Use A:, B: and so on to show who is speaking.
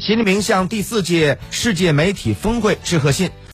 A: 习近平向第四届世界媒体峰会致贺信。